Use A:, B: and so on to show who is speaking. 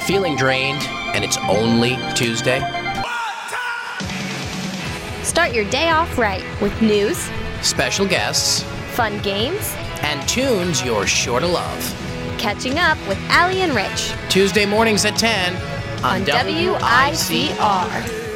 A: feeling drained, and it's only Tuesday?
B: Start your day off right with news,
A: Special guests
B: fun games,
A: and tunes you're sure to love.
B: catching up with Allie and Rich
A: Tuesday mornings at 10
B: on WICR.